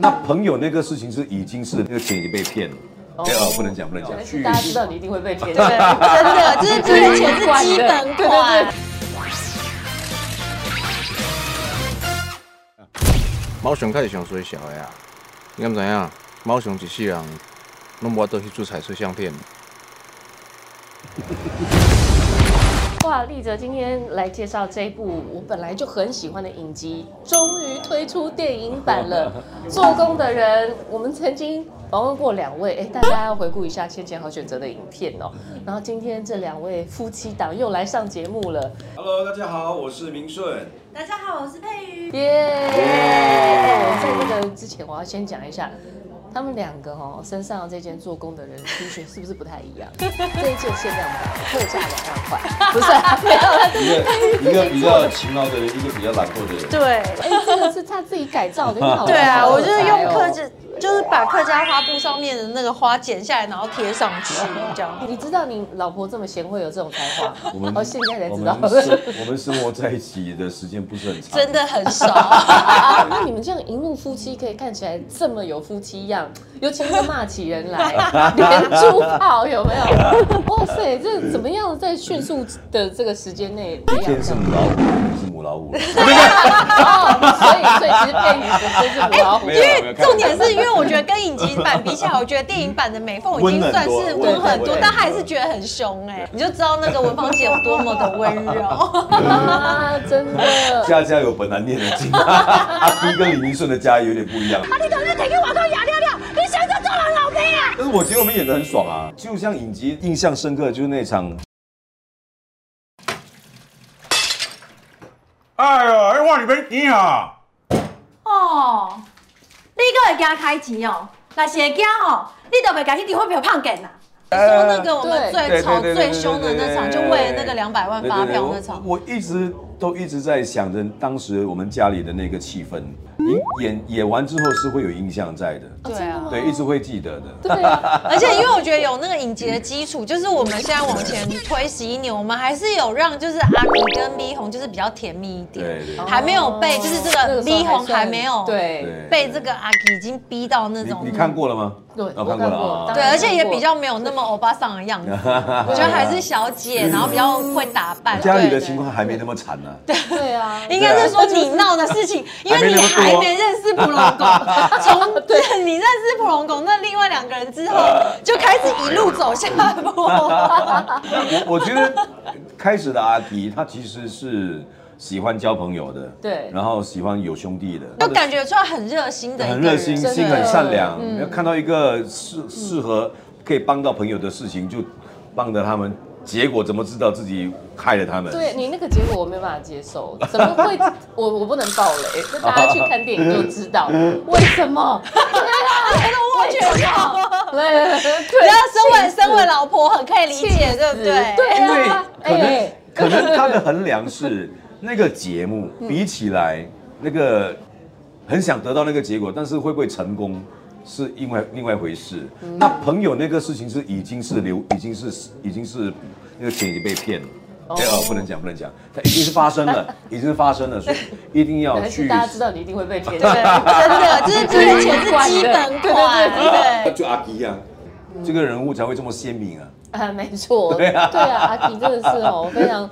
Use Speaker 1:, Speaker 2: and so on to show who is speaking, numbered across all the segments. Speaker 1: 那朋友那个事情是已经是那个钱已经被骗了，哎哦，不能讲不能讲，
Speaker 2: 是大家知道你一定会被骗，对
Speaker 3: 对，真的，就是这个钱是基本
Speaker 2: 对对
Speaker 3: 款
Speaker 2: 对。
Speaker 4: 猫熊较是上衰小的啊，你敢知影？猫熊一世人拢无倒去做彩色相片。
Speaker 2: 哇，丽哲今天来介绍这一部我本来就很喜欢的影集，终于推出电影版了。做工的人，我们曾经访问过两位，哎，大家要回顾一下《先前好选择》的影片哦。然后今天这两位夫妻档又来上节目了，
Speaker 5: Hello，大家好，我是明顺。
Speaker 3: 大家好，我是佩瑜。
Speaker 2: 耶！哎我在这个之前，我要先讲一下。他们两个哦，身上这件做工的人 T 恤是不是不太一 样？这一件限量版，特价两万块，不是、啊、没有啦
Speaker 5: 一个一个比较勤劳的人，一个比较懒惰的人。
Speaker 3: 对，
Speaker 2: 哎，这个是他自己改造 的，你好厉
Speaker 3: 对
Speaker 2: 害
Speaker 3: 啊，
Speaker 2: 哦
Speaker 3: 我就是用客。
Speaker 2: 好厉害
Speaker 3: 家，就是把客家花布上面的那个花剪下来，然后贴上去，这样
Speaker 2: 哦。你知道你老婆这么贤惠，有这种才华，
Speaker 1: 我们
Speaker 2: 哦，现在才
Speaker 1: 我
Speaker 2: 知
Speaker 1: 们
Speaker 2: 道。
Speaker 1: 生我们生活在一起的时间不是很长，
Speaker 3: 真的很少，
Speaker 2: 啊 那你们这样荧幕夫妻可以看起来这么有夫妻样，尤其那个骂起人 来，连珠炮有没有？哇塞，这怎么样在迅速的这个时间内培
Speaker 1: 一
Speaker 2: 养
Speaker 1: 件
Speaker 2: 这
Speaker 1: 是
Speaker 2: 样？
Speaker 1: 母老虎，一件是母老虎。
Speaker 2: 哦，所以所以其实配女本身是母 老虎
Speaker 1: 没
Speaker 3: 因
Speaker 1: 有没有
Speaker 3: 为重点是因为我觉得跟影集版比起来，我觉得电影版的美凤已经算是温
Speaker 5: 温
Speaker 3: 很
Speaker 5: 很
Speaker 3: 多
Speaker 5: 多，
Speaker 3: 但她还是觉得很凶哎，你就知道那个文芳姐有多么的温柔。
Speaker 2: 啊，真的。
Speaker 1: 家家有本难念的经， 啊阿 B 跟李明顺的家有点不 一样。
Speaker 3: 你等着给我到牙亮亮，你想着做人老给啊？
Speaker 1: 但是我觉得我们演的很爽啊，就像影集印象深刻的就是那场，
Speaker 6: 哎呦，哎，我是免钱啊！
Speaker 7: 哦，你搁会惊开钱哦？若是会惊吼，你就袂甲迄张发票胖见啦。
Speaker 3: 说那个我们
Speaker 2: 对
Speaker 3: 最吵
Speaker 1: 对对对
Speaker 3: 最凶的那场，
Speaker 1: 对对对
Speaker 3: 就为了那个两百万发
Speaker 1: 对对对
Speaker 3: 票那场。
Speaker 1: 我我一直都一直在想着当时我们家里的那个气氛，
Speaker 3: 嗯
Speaker 1: 你演演完之后是会有印象在的，
Speaker 3: 对啊，
Speaker 1: 对，一直会记得的。
Speaker 2: 对啊，
Speaker 3: 而且因为我觉得有那个影集的基础，就是我们现在往前推十一年，我们还是有让就是阿米跟 V 红就是比较甜蜜一点，
Speaker 1: 对对
Speaker 3: 还没有被就是这
Speaker 2: 哦那
Speaker 3: 个
Speaker 2: 时候
Speaker 3: V 红
Speaker 2: 算
Speaker 3: 还没有
Speaker 2: 对
Speaker 1: 对，
Speaker 3: 被这个阿基已经逼到那
Speaker 1: 你
Speaker 3: 种嗯
Speaker 1: 你看过了吗？
Speaker 2: 对
Speaker 1: 哦
Speaker 2: 我
Speaker 1: 看过
Speaker 2: 看
Speaker 1: 了
Speaker 2: 过
Speaker 1: 啊。
Speaker 2: 当
Speaker 3: 对，
Speaker 2: 然
Speaker 3: 而且也比较没有那么欧巴桑的 样子，我觉得还是小姐，然后比较会打扮。
Speaker 1: 家里
Speaker 3: 啊对
Speaker 1: 的情况还没那么惨呢、
Speaker 2: 对啊。
Speaker 3: 应该是说你闹的 事情，因为你还没认识普龙狗， 从对你认识普龙狗，那另外两个人之后就开始一路走下 坡。
Speaker 1: 我我觉得开始的阿迪，他其实是喜欢交朋友的，
Speaker 2: 对
Speaker 1: 然后喜欢有兄弟的，
Speaker 3: 就感觉出来很热心的一个
Speaker 1: 很
Speaker 3: 人，嗯
Speaker 1: 热心，
Speaker 2: 的
Speaker 1: 心很善良。要看到一个适适合可以帮到朋友的事情，就帮着他们。结果怎么知道自己害了他们？
Speaker 2: 对你那个结果我没有办法接受，怎么会？ 我我不能爆雷，那大家去看电影就知道 为什么。
Speaker 3: 我觉得，
Speaker 2: 来来来，对
Speaker 3: 然后身为身为老婆很可以理解，对不对？
Speaker 2: 对
Speaker 1: 因为
Speaker 2: 啊，
Speaker 1: 可能、可能他的衡量是那个节目
Speaker 2: 嗯
Speaker 1: 比起来，那个很想得到那个结果，但是会不会成功是另外另外一回事。
Speaker 2: 嗯
Speaker 1: 那朋友那个事情是已经是流，已经是已经是那个钱已经被骗了。哎哦，不能讲，不能讲，它已经是发生 了，已经是发生了，所以一定要
Speaker 2: 还是
Speaker 1: 去
Speaker 2: 大家知道你一定会被骗。
Speaker 3: 对，真的，就是这个钱是基本款，
Speaker 2: 对对
Speaker 3: 对。
Speaker 1: 就阿迪啊，
Speaker 2: 嗯
Speaker 1: 这个人物才会这么鲜明啊。
Speaker 2: 啊，没错，对啊，阿迪真的是哦，非常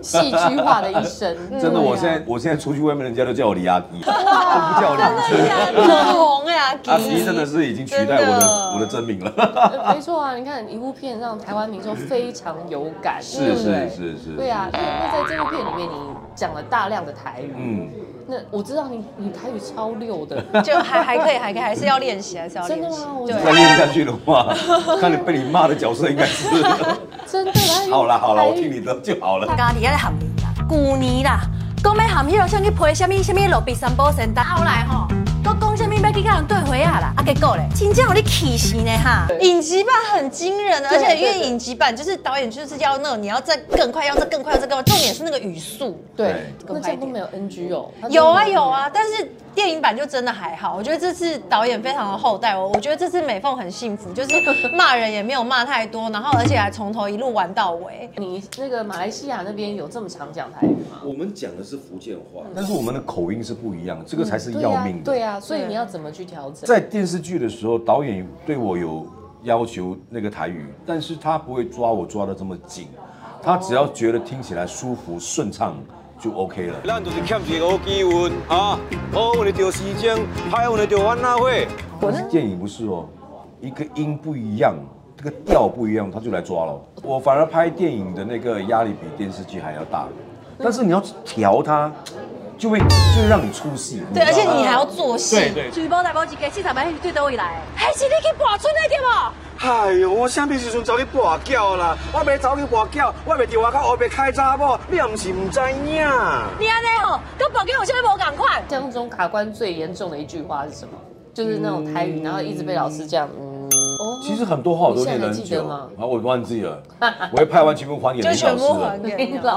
Speaker 2: 戏剧化的一生。
Speaker 1: 真的，
Speaker 2: 嗯
Speaker 1: 我现在我现在出去外面，人家都叫我李 阿迪，都不叫你。
Speaker 3: 很红哎，阿吉
Speaker 1: 阿迪真的是已经取代我
Speaker 3: 真
Speaker 1: 的
Speaker 3: 的
Speaker 1: 我的真名了。
Speaker 2: 没错啊，你看一部片让台湾民众非常有感。
Speaker 1: 是
Speaker 2: 对
Speaker 1: 是是是。
Speaker 2: 对啊，那那在这部片里面，你讲了大量的台语。
Speaker 1: 嗯，
Speaker 2: 那我知道你你台语超溜的，
Speaker 3: 就还还可以，还可以，还是要练习，还是要练
Speaker 2: 真
Speaker 3: 习
Speaker 2: 的吗。我
Speaker 1: 再
Speaker 3: 对，
Speaker 1: 练下去的话， 看你被你骂的角色应该 是。
Speaker 2: 真的。台语
Speaker 1: 好啦好啦，
Speaker 2: 台语
Speaker 1: 我听你的就好了。
Speaker 7: 家己咧含面啦，旧年啦，讲要含迄落啥去批啥物啥物落鼻三宝神丹，后来吼，搁讲啥物要去甲人对回啊啦，啊结果咧，真正有你气死呢哈！
Speaker 3: 影集版很惊人，啊而且因
Speaker 2: 对
Speaker 3: 为
Speaker 2: 对
Speaker 3: 影集版就是导演就是要那种你要再更快，要再更快，要再更快。重点是那个语速，
Speaker 2: 对，那
Speaker 3: 更
Speaker 2: 这
Speaker 3: 快一
Speaker 2: 样都
Speaker 3: 点
Speaker 2: 没有 NG 哦。它真的
Speaker 3: 有啊
Speaker 2: 没
Speaker 3: 有啊，但是电影版就真的还好，我觉得这次导演非常的厚待我，我觉得这次美凤很幸福，就是骂人也没有骂太多，然后而且还从头一路玩到尾。
Speaker 2: 你那个马来西亚那边有这么常讲台语吗？
Speaker 1: 我们讲的是福建话，但是我们的口音是不一样，这个才是
Speaker 2: 嗯对啊
Speaker 1: 要
Speaker 2: 呀
Speaker 1: 命的。
Speaker 2: 对呀，所以你要怎么去调整？
Speaker 1: 在电视剧的时候，导演对我有要求那个台语，但是他不会抓我抓的这么紧，他只要觉得听起来舒服顺畅就 OK 了。
Speaker 5: 咱就是欠一个好机运啊，好运的着时间，歹运的着阮阿会。
Speaker 1: 但是电影不是哦，一个音不一样，这个调不一样，他就来抓了。我反而拍电影的那个压力比电视剧还要大，但是你要调它，就会就会让你出戏。
Speaker 3: 对，而
Speaker 1: 知道
Speaker 3: 且
Speaker 1: 吗
Speaker 2: 嗯
Speaker 3: 你还要做戏。
Speaker 7: 全部大部一个四十万，迄是对倒位来的？还是你去博村的对无？
Speaker 5: 哎哟，我啥物时阵走去跋筊啦？我袂走去跋筊，我袂伫外口黑白开查某，你也毋是毋知影。
Speaker 7: 你安尼吼，跟博家有啥物无共款？
Speaker 2: 当中卡关最严重的一句话是什么？就是那种台语，然后一直被老师这样。嗯，哦，
Speaker 1: 其实很多话我都
Speaker 2: 你现
Speaker 1: 练
Speaker 2: 在
Speaker 1: 了
Speaker 2: 还
Speaker 1: 很
Speaker 2: 记得
Speaker 1: 久，
Speaker 2: 吗
Speaker 1: 然后我忘记了，我会拍完全部还给林
Speaker 3: 就
Speaker 1: 老师
Speaker 3: 全部
Speaker 1: 了
Speaker 3: 还。给你
Speaker 2: 林 老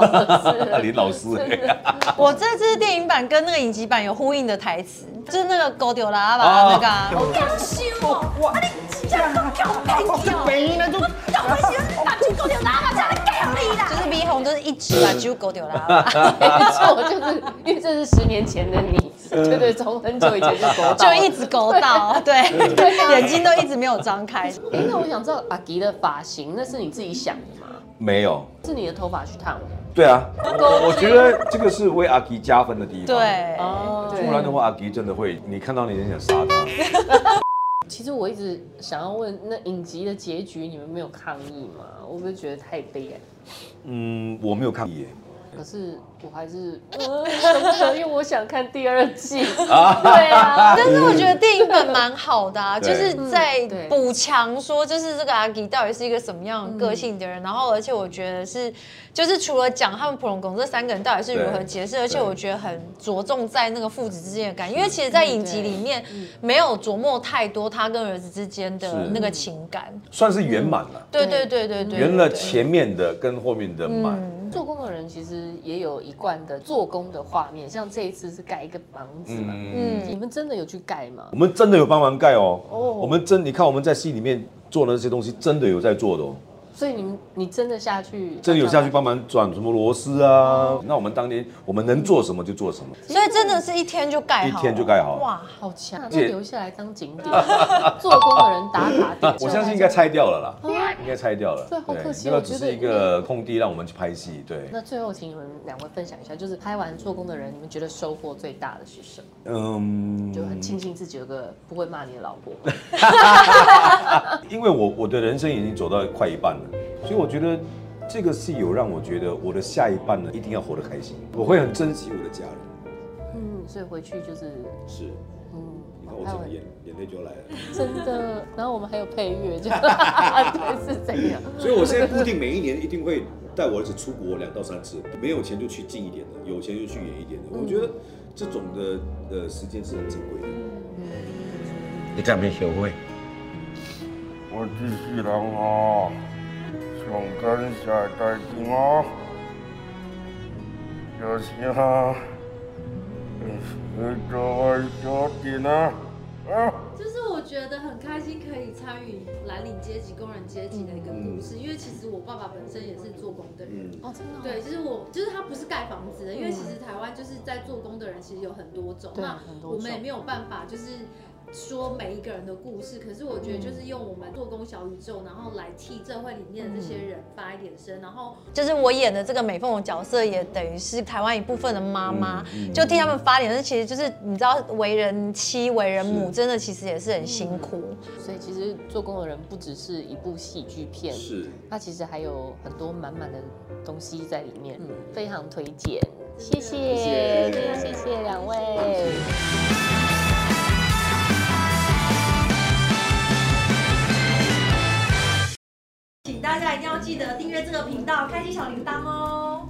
Speaker 2: 师，
Speaker 1: 林老师
Speaker 2: 真的
Speaker 3: 我这次电影版跟那个影集版有呼应的台词，就是那个狗丢喇叭
Speaker 2: 哦
Speaker 3: 那个、啊。
Speaker 7: 我刚收哦，啊你真正都叫白叫，我到尾时阵把酒讲着哪个才来叫你啦
Speaker 3: 就？是鼻红，就是一直啊，就狗丢喇 叭，
Speaker 2: 没错，就是因为这是十年前的你，
Speaker 1: 呃
Speaker 2: 对对，从很久以前就国
Speaker 3: 就
Speaker 2: 道。
Speaker 3: 一直勾到， 对，啊眼睛都一直没有张开。
Speaker 2: 哎，那我想知道阿吉的发型，那是你自己想的吗？
Speaker 1: 没有，
Speaker 2: 是你的头发去烫的？
Speaker 1: 对啊，我我觉得这个是为阿吉加分的地方。，
Speaker 3: 对，
Speaker 2: 哦，
Speaker 1: 不然的话阿吉真的会，你看到你很想杀他。
Speaker 2: 其实我一直想要问，那影集的结局你们没有抗议吗？我不是觉得太悲哀。
Speaker 1: 嗯，我没有看耶。
Speaker 2: 可是我还是，呃、舍不得因为我想看第二季。对啊，
Speaker 3: 但是我觉得电影本蛮好的啊，就是在
Speaker 2: 嗯对
Speaker 3: 补强说，就是这个阿吉到底是一个什么样的个性的人。然后，而且我觉得是，就是除了讲他们普隆宫这三个人到底是如何结识，而且我觉得很着重在那个父子之间的感情，因为其实，在影集里面没有琢磨太多他跟儿子之间的
Speaker 1: 是
Speaker 3: 那个情感。
Speaker 1: 算是圆满了，
Speaker 3: 对对对对对，
Speaker 1: 圆了
Speaker 3: 对对
Speaker 1: 前面的跟后面的满。
Speaker 2: 做工的人其实也有一贯的做工的画面，像这一次是盖一个房子嘛，
Speaker 1: 嗯，
Speaker 2: 你们真的有去盖吗
Speaker 1: 我？们真的有帮忙盖哦。
Speaker 2: 哦
Speaker 1: 我们真，你看我们在戏里面做的那些东西，真的有在做的哦，
Speaker 2: 所以你们你真的下去？
Speaker 1: 真的有下去帮忙转什么螺丝啊。那我们当天我们能做什么就做什么，
Speaker 3: 所以真的是一天就盖好了，
Speaker 1: 一天就盖好了
Speaker 3: 哇！
Speaker 2: 好强，啊那
Speaker 1: 这
Speaker 2: 留下来当景点，做工的人打卡点。
Speaker 1: 我相信应该拆掉了啦，应该拆掉了。
Speaker 2: 嗯哦对好可惜
Speaker 1: 那个
Speaker 2: 我觉
Speaker 1: 只
Speaker 2: 得
Speaker 1: 是一个空地让我们去拍戏，对。
Speaker 2: 那最后，请你们两位分享一下，就是拍完做工的人，你们觉得收获最大的是什么？
Speaker 1: 嗯，
Speaker 2: 就很庆幸自己有个不会骂你的老 婆。
Speaker 1: 因为我我的人生已经走到快一半了，所以我觉得这个戏有让我觉得我的下一半呢一定要活得开心，我会很珍惜我的家人。
Speaker 2: 嗯，所以回去就是，
Speaker 1: 是，
Speaker 2: 嗯，
Speaker 1: 你看我
Speaker 2: 还
Speaker 1: 整
Speaker 2: 有
Speaker 1: 个眼眼泪就来了，
Speaker 2: 真的。然后我们还有配乐， 就对是这样。
Speaker 1: 所以我现在固定每一年一定会带我儿子出国两到三次，没有钱就去近一点的，有钱就去远一点的。我觉得这种的呃时间是很珍贵的。
Speaker 5: 你敢没后悔？
Speaker 6: 我继续人啊，上感谢大家啊，有些啊，有多爱多点啊，啊。
Speaker 8: 就是我觉得很开心可以参与蓝领阶级、工人阶级的一个故
Speaker 3: 嗯
Speaker 8: 事，因为其实我爸爸本身也是做工的人。
Speaker 2: 哦，真的哦
Speaker 8: 对，就是我，就是他不是盖房子的，因为其实台湾就是在做工的人其实有很多种，
Speaker 2: 对
Speaker 8: 那
Speaker 2: 很多
Speaker 8: 我们也
Speaker 2: 种
Speaker 8: 没有办法就是说每一个人的故事，可是我觉得就是用我们做工小宇宙，然后来替社会里面的这些人发一点声，然后
Speaker 3: 就是我演的这个美凤的角色，也等于是台湾一部分的妈妈，就替他们发点。但其实就是你知道，为人妻、为人母，真的其实也是很辛苦。
Speaker 2: 所以其实做工的人不只是一部喜剧片，
Speaker 1: 是，
Speaker 2: 它其实还有很多满满的东西在里面，非常推荐。谢谢，嗯谢谢两位。
Speaker 8: 请大家一定要记得订阅这个频道，开启小铃铛哦。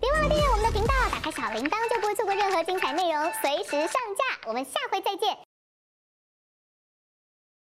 Speaker 9: 别忘了订阅我们的频道，打开小铃铛就不会错过任何精彩内容，随时上架。我们下回再见。